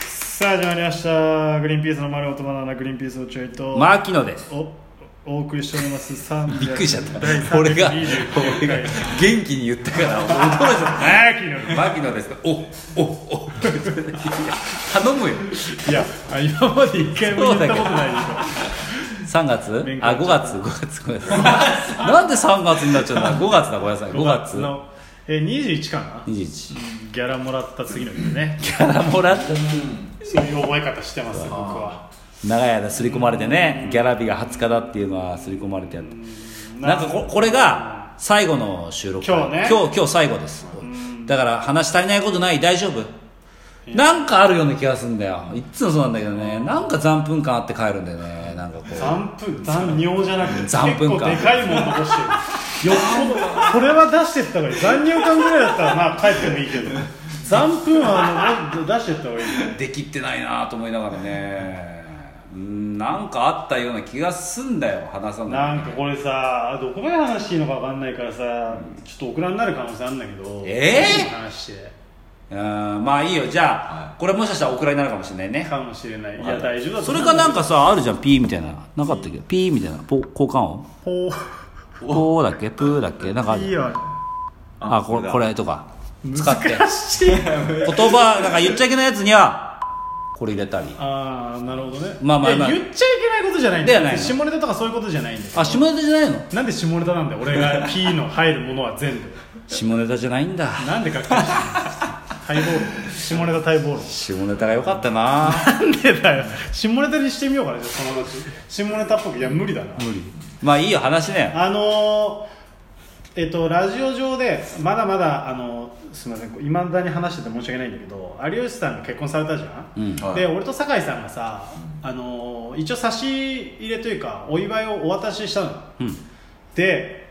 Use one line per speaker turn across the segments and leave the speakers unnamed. さあ始まりましたグリーンピースの丸尾とバナナグリーンピースのちょいと、
牧野です
おお送りしております3
びっくりしちゃった
第329
俺が
回
俺が元気に言った から驚いちゃ
マキの
った牧野ですおおお頼むよ
いやあ今まで一回も言ったことないでし
3月
勉強
あ5月5月5月なんで3月になっちゃったの5月だごめんなさい
ょ
5月
の、えー、21かな
21
ギャラもらった次の日でね
ギャラもらった
そういう覚え方してます僕は
長い間刷り込まれてねギャラ日が20日だっていうのは刷り込まれてやったなんかここれが最後の収録
今日ね
今日今日最後ですだから話足りないことない大丈夫なんかあるような気がするんだよいっつもそうなんだけどねなんか残分感あって帰るんだよねなんかこう
残分残尿じゃなくて結
残分
構
か
でかいもん残 してるよっぽどこれは出してった方がいい残尿感ぐらいだったらまあ帰ってもいいけど残分はあの出してった方がいい
できってないなと思いながらねうんなんかあったような気がすんだよ話さない
なんかこれさどこまで話していいのか分かんないからさちょっとオクラになる可能性あるんだけど
えー
いい話して
うんまあいいよじゃあ、これもしかしたらオクラになるかもしれないね
かもしれないいや大丈夫だと
そ
思
れ
う
かなんかさあるじゃんピーみたいななかったっけピーみたいなポ交換音
こ
ポーだっけプーだっけなんかあ
う
る
いいよ
あこれこれとか使って
難しい
言葉なんか言っちゃいけないやつにはこれ入れたり
ああなるほどね
まあま
い
あ
や
まあ
言っちゃいけないことじゃないんだ
ではないの
下ネタとかそういうことじゃないんだよ
あ下ネタじゃないの
なんで下ネタなんだよ俺が P の入るものは全部
下ネタじゃないんだ
なんでかっこいいハイボール下ネタタイボール
下ネタが良かったな
なんでだよ下ネタにしてみようかなじゃあその後下ネタっぽくいや無理だな
無理まあいいよ話ね
あのーえっと、ラジオ上でまだまだあのすみませんいまだに話してて申し訳ないんだけど有吉さんが結婚されたじゃん、
うん
はい
で俺と酒井さんがさあの一応差し入れというかお祝いをお渡ししたの、
うん
で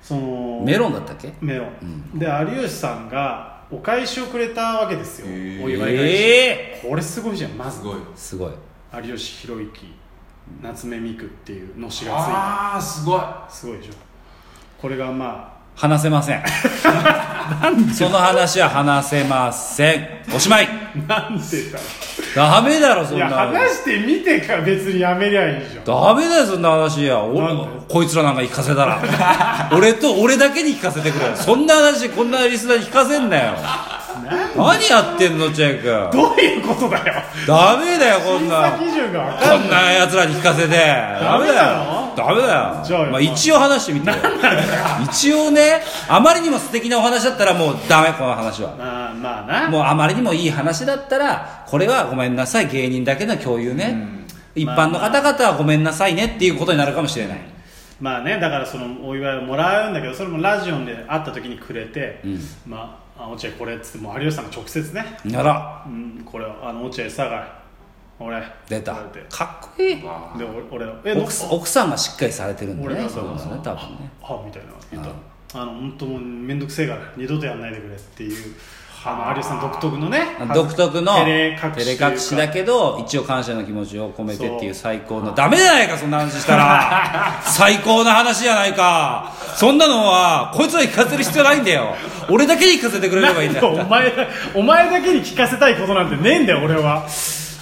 その
メロンだったっけ
メロン、で有吉さんがお返しをくれたわけですよ、
へー
お祝い返し、
ええ
これすごいじゃんまず
すごい
すごい
有吉弘行夏目三久っていうのしが
ああすごい
ついたすごいでしょこれがまあ
話せま せんその話は話せませんおしまい
なんでだよ
ダメだろそ
い
ん
や
な
話してみてから別にやめりゃいいじゃん
ダメだよそんな話や
な
俺
んで
こいつらなんか聞かせたら 俺と俺だけに聞かせてくれそんな話こんなリスナーに聞かせんなよ何やってんのチェック
どういうことだよ
ダメだよこん
審査
な
基準が分
こ
かん
んな奴らに聞かせてダメだよダメだよ
じゃあよ
まあ、一応話してみてよ一応ねあまりにも素敵なお話だったらもうダメこの話は
まあまあな
もうあまりにもいい話だったらこれはごめんなさい芸人だけの共有ね一般の方々はごめんなさいねっていうことになるかもしれない、
まあねだからそのお祝いをもらうんだけどそれもラジオで会った時にくれて、まああ落合これっつってもう有吉さんが直接ね、
なら
うん、これあの落合佐賀俺
出た
こうやって
かっこいい
で俺俺え
奥さん奥さんがしっかりされてるんだ
俺
ね
が
そ
そうう
だね多分ね
はみたいな言ったあの本当もう面倒くせえから二度とやんないでくれっていうあの有吉さん独特のね
独特の
照
照
れ
れ
隠しというか
隠しだけど一応感謝の気持ちを込めてってい
そう
う最高のダメじゃないかそんな話した ら最高な話じゃないかそんなのはこいつは聞かせる必要ないんだよ俺だけに聞かせてくれればいいんだ
お前だお前だけに聞かせたいことなんてねえんだよ俺は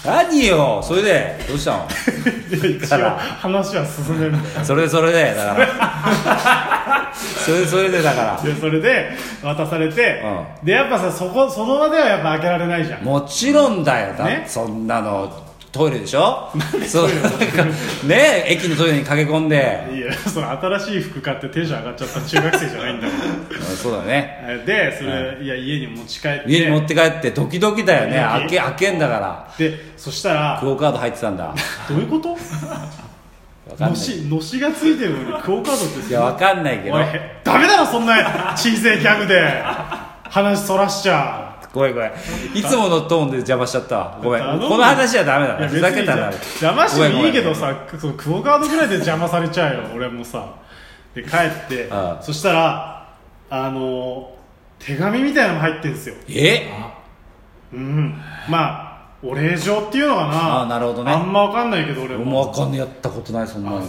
何よそれでどうしたの
一応話は進めるんだよ
それでそれでだから それでそれでだか
でそれで渡されて、でやっぱさそこその場ではやっぱ開けられないじゃ
ら
ん
もちろんだよだ、
ね
そんなのトイレでしょそうなんか ね駅のトイレに駆け込んで
いやその新しい服買ってテンション上がっちゃった中学生じゃないんだか
うんそうだね
らでそれ、い、や家に持ち帰って
家に持って帰ってドキドキだよね
ド
開
キドキ
け開けんだから
でそしたら
クオカード入ってたんだわ
どういうこと
かん
の
ない
しのしがついてるのにクオ・カードって
いやわかんないけど
おいへダメだろそんな小さいギャグで話そらしちゃ
ごめんごめんいつものトーンで邪魔しちゃったわごめん
頼むよ
この話はダメだ
いや
な
別に
ふざけたら
邪魔してもいいけど
ごめんごめん
さそのクオ・カードぐらいで邪魔されちゃうよ俺もさで帰って
ああ
そしたらあの手紙みたいなのも入ってるんですよ
え
うんまあお礼状っていうのかな
ああなるほどね
あんまわかんないけど俺
俺
も
もわかんねえやったことないそんなの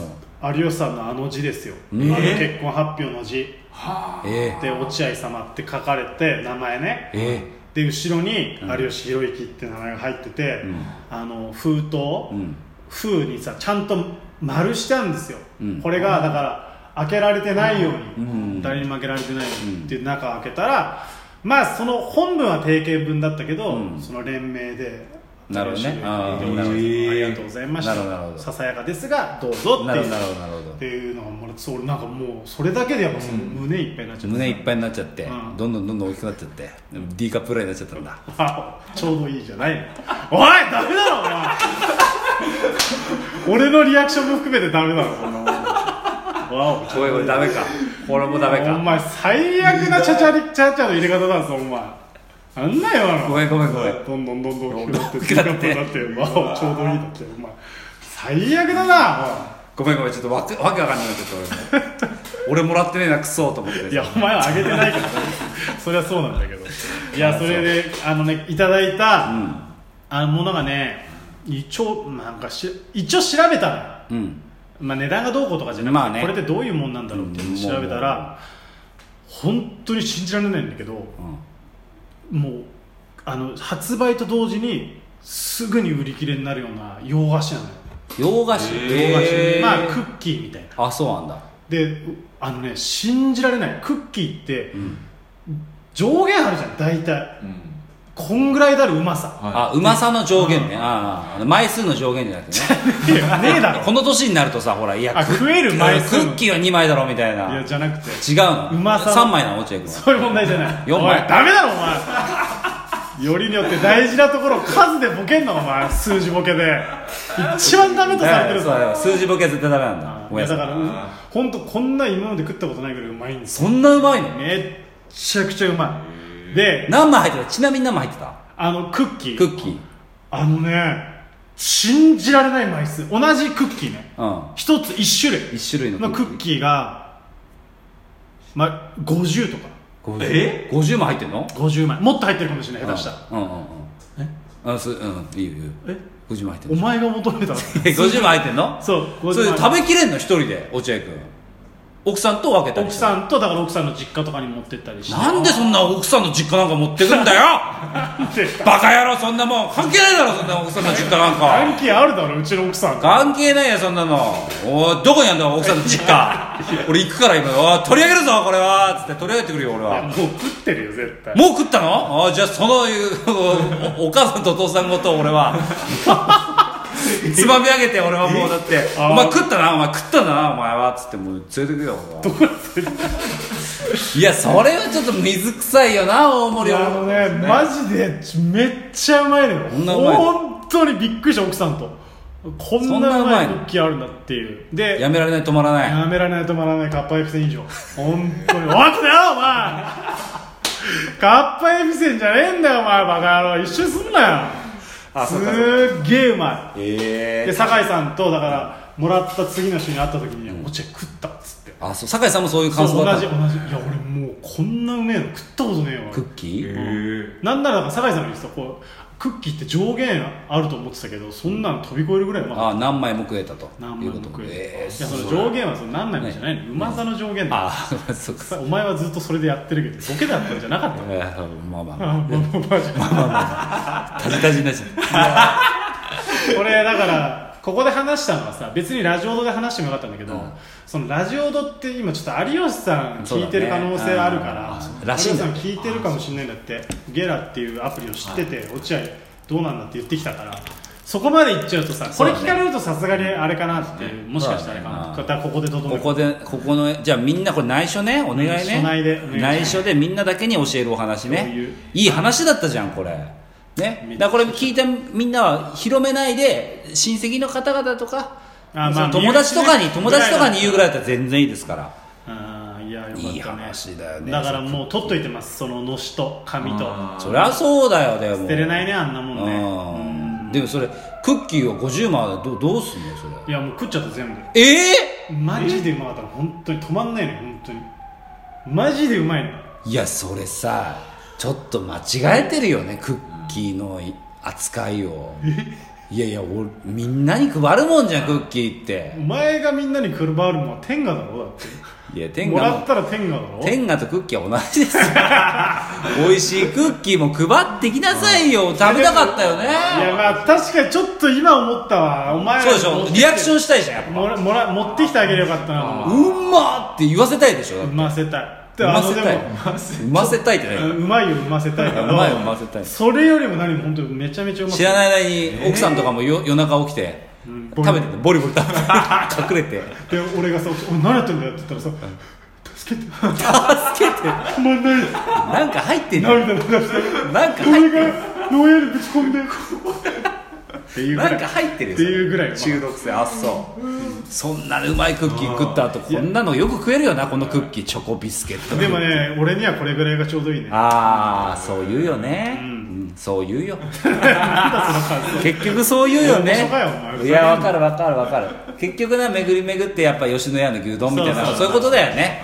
有吉さんのあの字ですよ、
ん
あの結婚発表の字
はあ
え
で落合様って書かれて名前ね
ええ
で後ろに
うん
有吉弘行って名前が入ってて、
うん
あの封筒、
うん
封にさちゃんと丸してあるんですよ、
うん
これがだから開けられてないように、
うん
誰にも開けられてないように
うん
っていう中開けたらまあその本文は定型文だったけど、
うん
その連名で。
なるほどねあ
あ
ー
り
なるほど
がとうございまし
なるほどなるほ
た。
ど
ささやかですがどうぞっ
な
て
る
い
ほ
う
どなるほどなるほど
っていうのがもらって俺なんかもうそれだけでやっぱもう胸いっぱいになっちゃって
胸いっぱいになっちゃって、
うん
どんどんどんどん大きくなっちゃって D カップぐらいになっちゃったんだ
あちょうどいいじゃないのおいダメだろお前俺のリアクションも含めてダメだろこのわお
これこれダメかこれもダメ
お
か
前最悪なチャチャリチャチャの入れ方だぞお前あんなよあの
ごめんごめんごめん
どんどんどんどん大
大
き
き
く
く
な
な
っ
って
大きく
て
なってわおちょうどいいだってお前最悪だな
ごめんごめんちょっとわけわけわかんなくなっちゃった俺も俺もらってねえなクソと思って
おいいやお前はあげてないからねそりゃそうなんだけどいやそれであのねいただいた、
うん
あのものがね一応なんかし一応調べたのよ
うん
まあ、値段がどうこうとかじゃなくて、
まあね
これってどういうもんなんだろうっていうのを調べたら、本当に信じられないんだけどもうあの発売と同時にすぐに売り切れになるような洋菓子なのよ、
洋
洋菓
菓子
子
へー
まあクッキーみたいな
あそうなんだ
でうあのね信じられないクッキーって
ん
上限あるじゃん大体
うん
こんぐらいだるうまさ
あうまさの上限ねああ枚数の上限じゃなくてね
いやねえだろ
この年になるとさほらいや
あ
クッ
食える枚数
クッキーは2枚だろみたい
い
な
やじゃなくて
違うの
うまさ
3枚なの落合君は
そういう問題じゃない
四枚
おいダメだろお前よりによって大事なところを数でボケんのお前数字ボケで一番ダメとされてる
いやい
ぞ
やそうだよ数字ボケは絶対ダメなんだ
あ
ご
い
め
や
んな
だ
さ
か
い
らうんほんとこんな今まで食ったことないぐらいうまいんです
そんなうまいの
めっちゃくちゃうまいで
何枚入ってたちなみに何枚入ってた
あのクッキー
クッキ
あのね信じられない枚数同じクッキーね
ー
一つ一種
うん
類
1種類の
のク
クッ
ッキーが、ま、50とか
キー
え
50 50枚入ってんの
50枚もっと入ってるかもしれない下手したら
うんうんうんうんあすうんいいよいいよ
え
50枚入って
お
んの
前が求めたの
50枚入ってんの
そう50
それで
枚
食べきれんの一人で落合君奥さんと分けたり
奥
して
さんとだから奥さんの実家とかに持ってったりして
なんでそんな奥さんの実家なんか持ってく んだよ
で
バカ野郎そんなもん関係ないだろそんな奥さんの実家なんか
関係あるだろうちの奥さんが
関係ないよそんなのおいどこにあんだよ奥さんの実家俺行くから今おい取り上げるぞこれはつって取り上げてくるよ俺は
もう食ってるよ絶対
もう食ったのあじゃあそのおお母さんとお父さんごと 俺はつまみ上げて俺はもうだって「
あー
お前食ったなお前食ったなお前は」っつってもう連れてくよ俺はいやそれはちょっと水臭いよな大
い
森
やあのねマジでめっちゃうまいのよ
そんなうまいの
本当にびっくりした奥さんとこんなうまいクッキーあるんだっていうで
やめられない止まらない
やめられない止まらないカッパエピセン以上本当においだよお前カッパエピセンじゃねえんだよお前バカ野郎一緒にすんなよすっげえうまい
え
で酒井さんとだからもらった次の週に会った時に「お茶食った」っつって
あそう酒井さんもそういう
そ
感
う
想
同
だっ
じ
た
同
の
じいや俺もうこんなうめえの食ったことねえわ
クッキー
え
なんならなんか酒井さんが言ってたこうクッキーって上限あると思ってたけどそんなの飛び越えるぐらいうまかっ
あ何枚も食えたと
た何
い
枚
うこ
も
と
食え
え
る
ー
いやその
う
上限はその何枚もじゃないの、うまさの上限だ
あーそうか
お前はずっとそれでやってるけどボケだったんじゃなかったの
えーまあまあ
あ
ま
まあまあまあじゃあ
あタジタジになっちゃう
これだからここで話したのはさ別にラジオドで話してもよかったんだけど、
うん
そのラジオドって今ちょっと有吉さん聞いてる可能性あるから、
そうだねうんらしい
有
ん
吉さ
だよ
ん聞いてるかもしれないんだってゲラっていうアプリを知ってて、落合どうなんだって言ってきたからそこまで言っちゃうとさこ
そう
れ
だね
聞かれるとさすがにあれかなっていう、もしかしたらあれかな、
そ
だ
う
からここでとどめ
こ
る
こでここのじゃあみんなこれ内緒ねお願いね
内緒内でお願いします
内緒でみんなだけに教えるお
そ
話
うい
ね
う
いい話だったじゃんこれねだからこれ聞いたみんなは広めないで親戚の方々とか
あまあ
その友達とかに
身内ね
友達とかに言うぐらいだったら全然いいですから
あーいやよかったね
いい話だよね
だからもう取っといてますそののしと紙と
あー
そりゃそうだよでも
捨てれないねあんなもんね
うんでもそれクッキーは50枚でどうどうすんのそ
いやもう食っちゃった全部
れえ
マジでうまかったの本当に止まんないのよ本当にマジでうまいの
えいやそれさちょっと間違えてるよねクッキーの扱いをいやいや俺みんなに配るもんじゃんクッキーって
お前がみんなに配るもんは天下だろだって
いや天
もらっ
下
たら天下だろ
も天下とクッキーは同じで すよ美味しいクッキーも配ってきなさいよ食べたかったよ
いや
ね
まあ確かにちょっと今思ったわお前ら
そうでしょリアクションしたいじゃんやっぱ
もらもら持ってきてあげればよかったなと思
うんまーって言わせたいでしょ
う産ませたいで
産ませたい
あのでも産ませ
産ませたいってね
うまいよ産ませたいけど
うまいよ産ませたい
それよりも何も本当にめちゃめちゃうま
知ら
い
ない間に奥さんとかもよ夜中起きて
うん
食べててボリボリ食べて隠れて
で俺がさ「おい何やってんだよ」って言ったらさ「助けて」「
助けて
お前何
なんか入ってんの
涙流して
なんか入
俺
って
が
る
牢屋にぶち込んでっていうぐら
ないんか入ってるよ
っていうぐらい
中毒性あっそうそんなうまいクッキー食った後こんなのよく食えるよなこのクッキーチョコビスケット
でもね俺にはこれぐらいがちょうどいいね
ああそう言うよね、
うん
うんそう言 うよ結局そう言うよ
いや
ね
嘘かよお前嘘
いやわかるわかるわかる結局な巡り巡ってやっぱ吉野家の牛丼みたい
そ
なそうう
そうそう
いうことだよね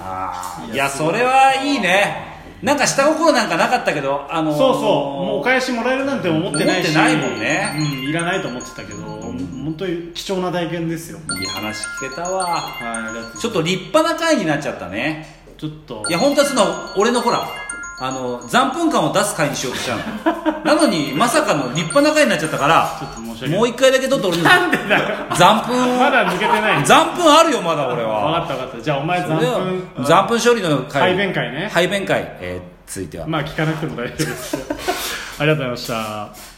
ああいやそれはいいねなんか下心なんかなかったけどあのー
そうそうもうお返しもらえるなんて思ってないし
思ってないもんね
うん、いらないと思ってたけど、本当に貴重な体験ですよ
いい話聞けたわ
はいだって
ちょっと立派な回になっちゃったね
ちょっと
いや本当はその俺のほらあの残分感を出す回にしようとした のなのにまさかの立派な回になっちゃったから
ちょっと申し訳ない
もう一回だけちょっと俺の残分
まだ抜けてない分
残分あるよまだ俺は
かった分かったじゃあお前
そ
残
れ
分
は残分処理の回
排便会ね
排便会、えー、続いては
まあ聞かなくても大丈夫ですありがとうございました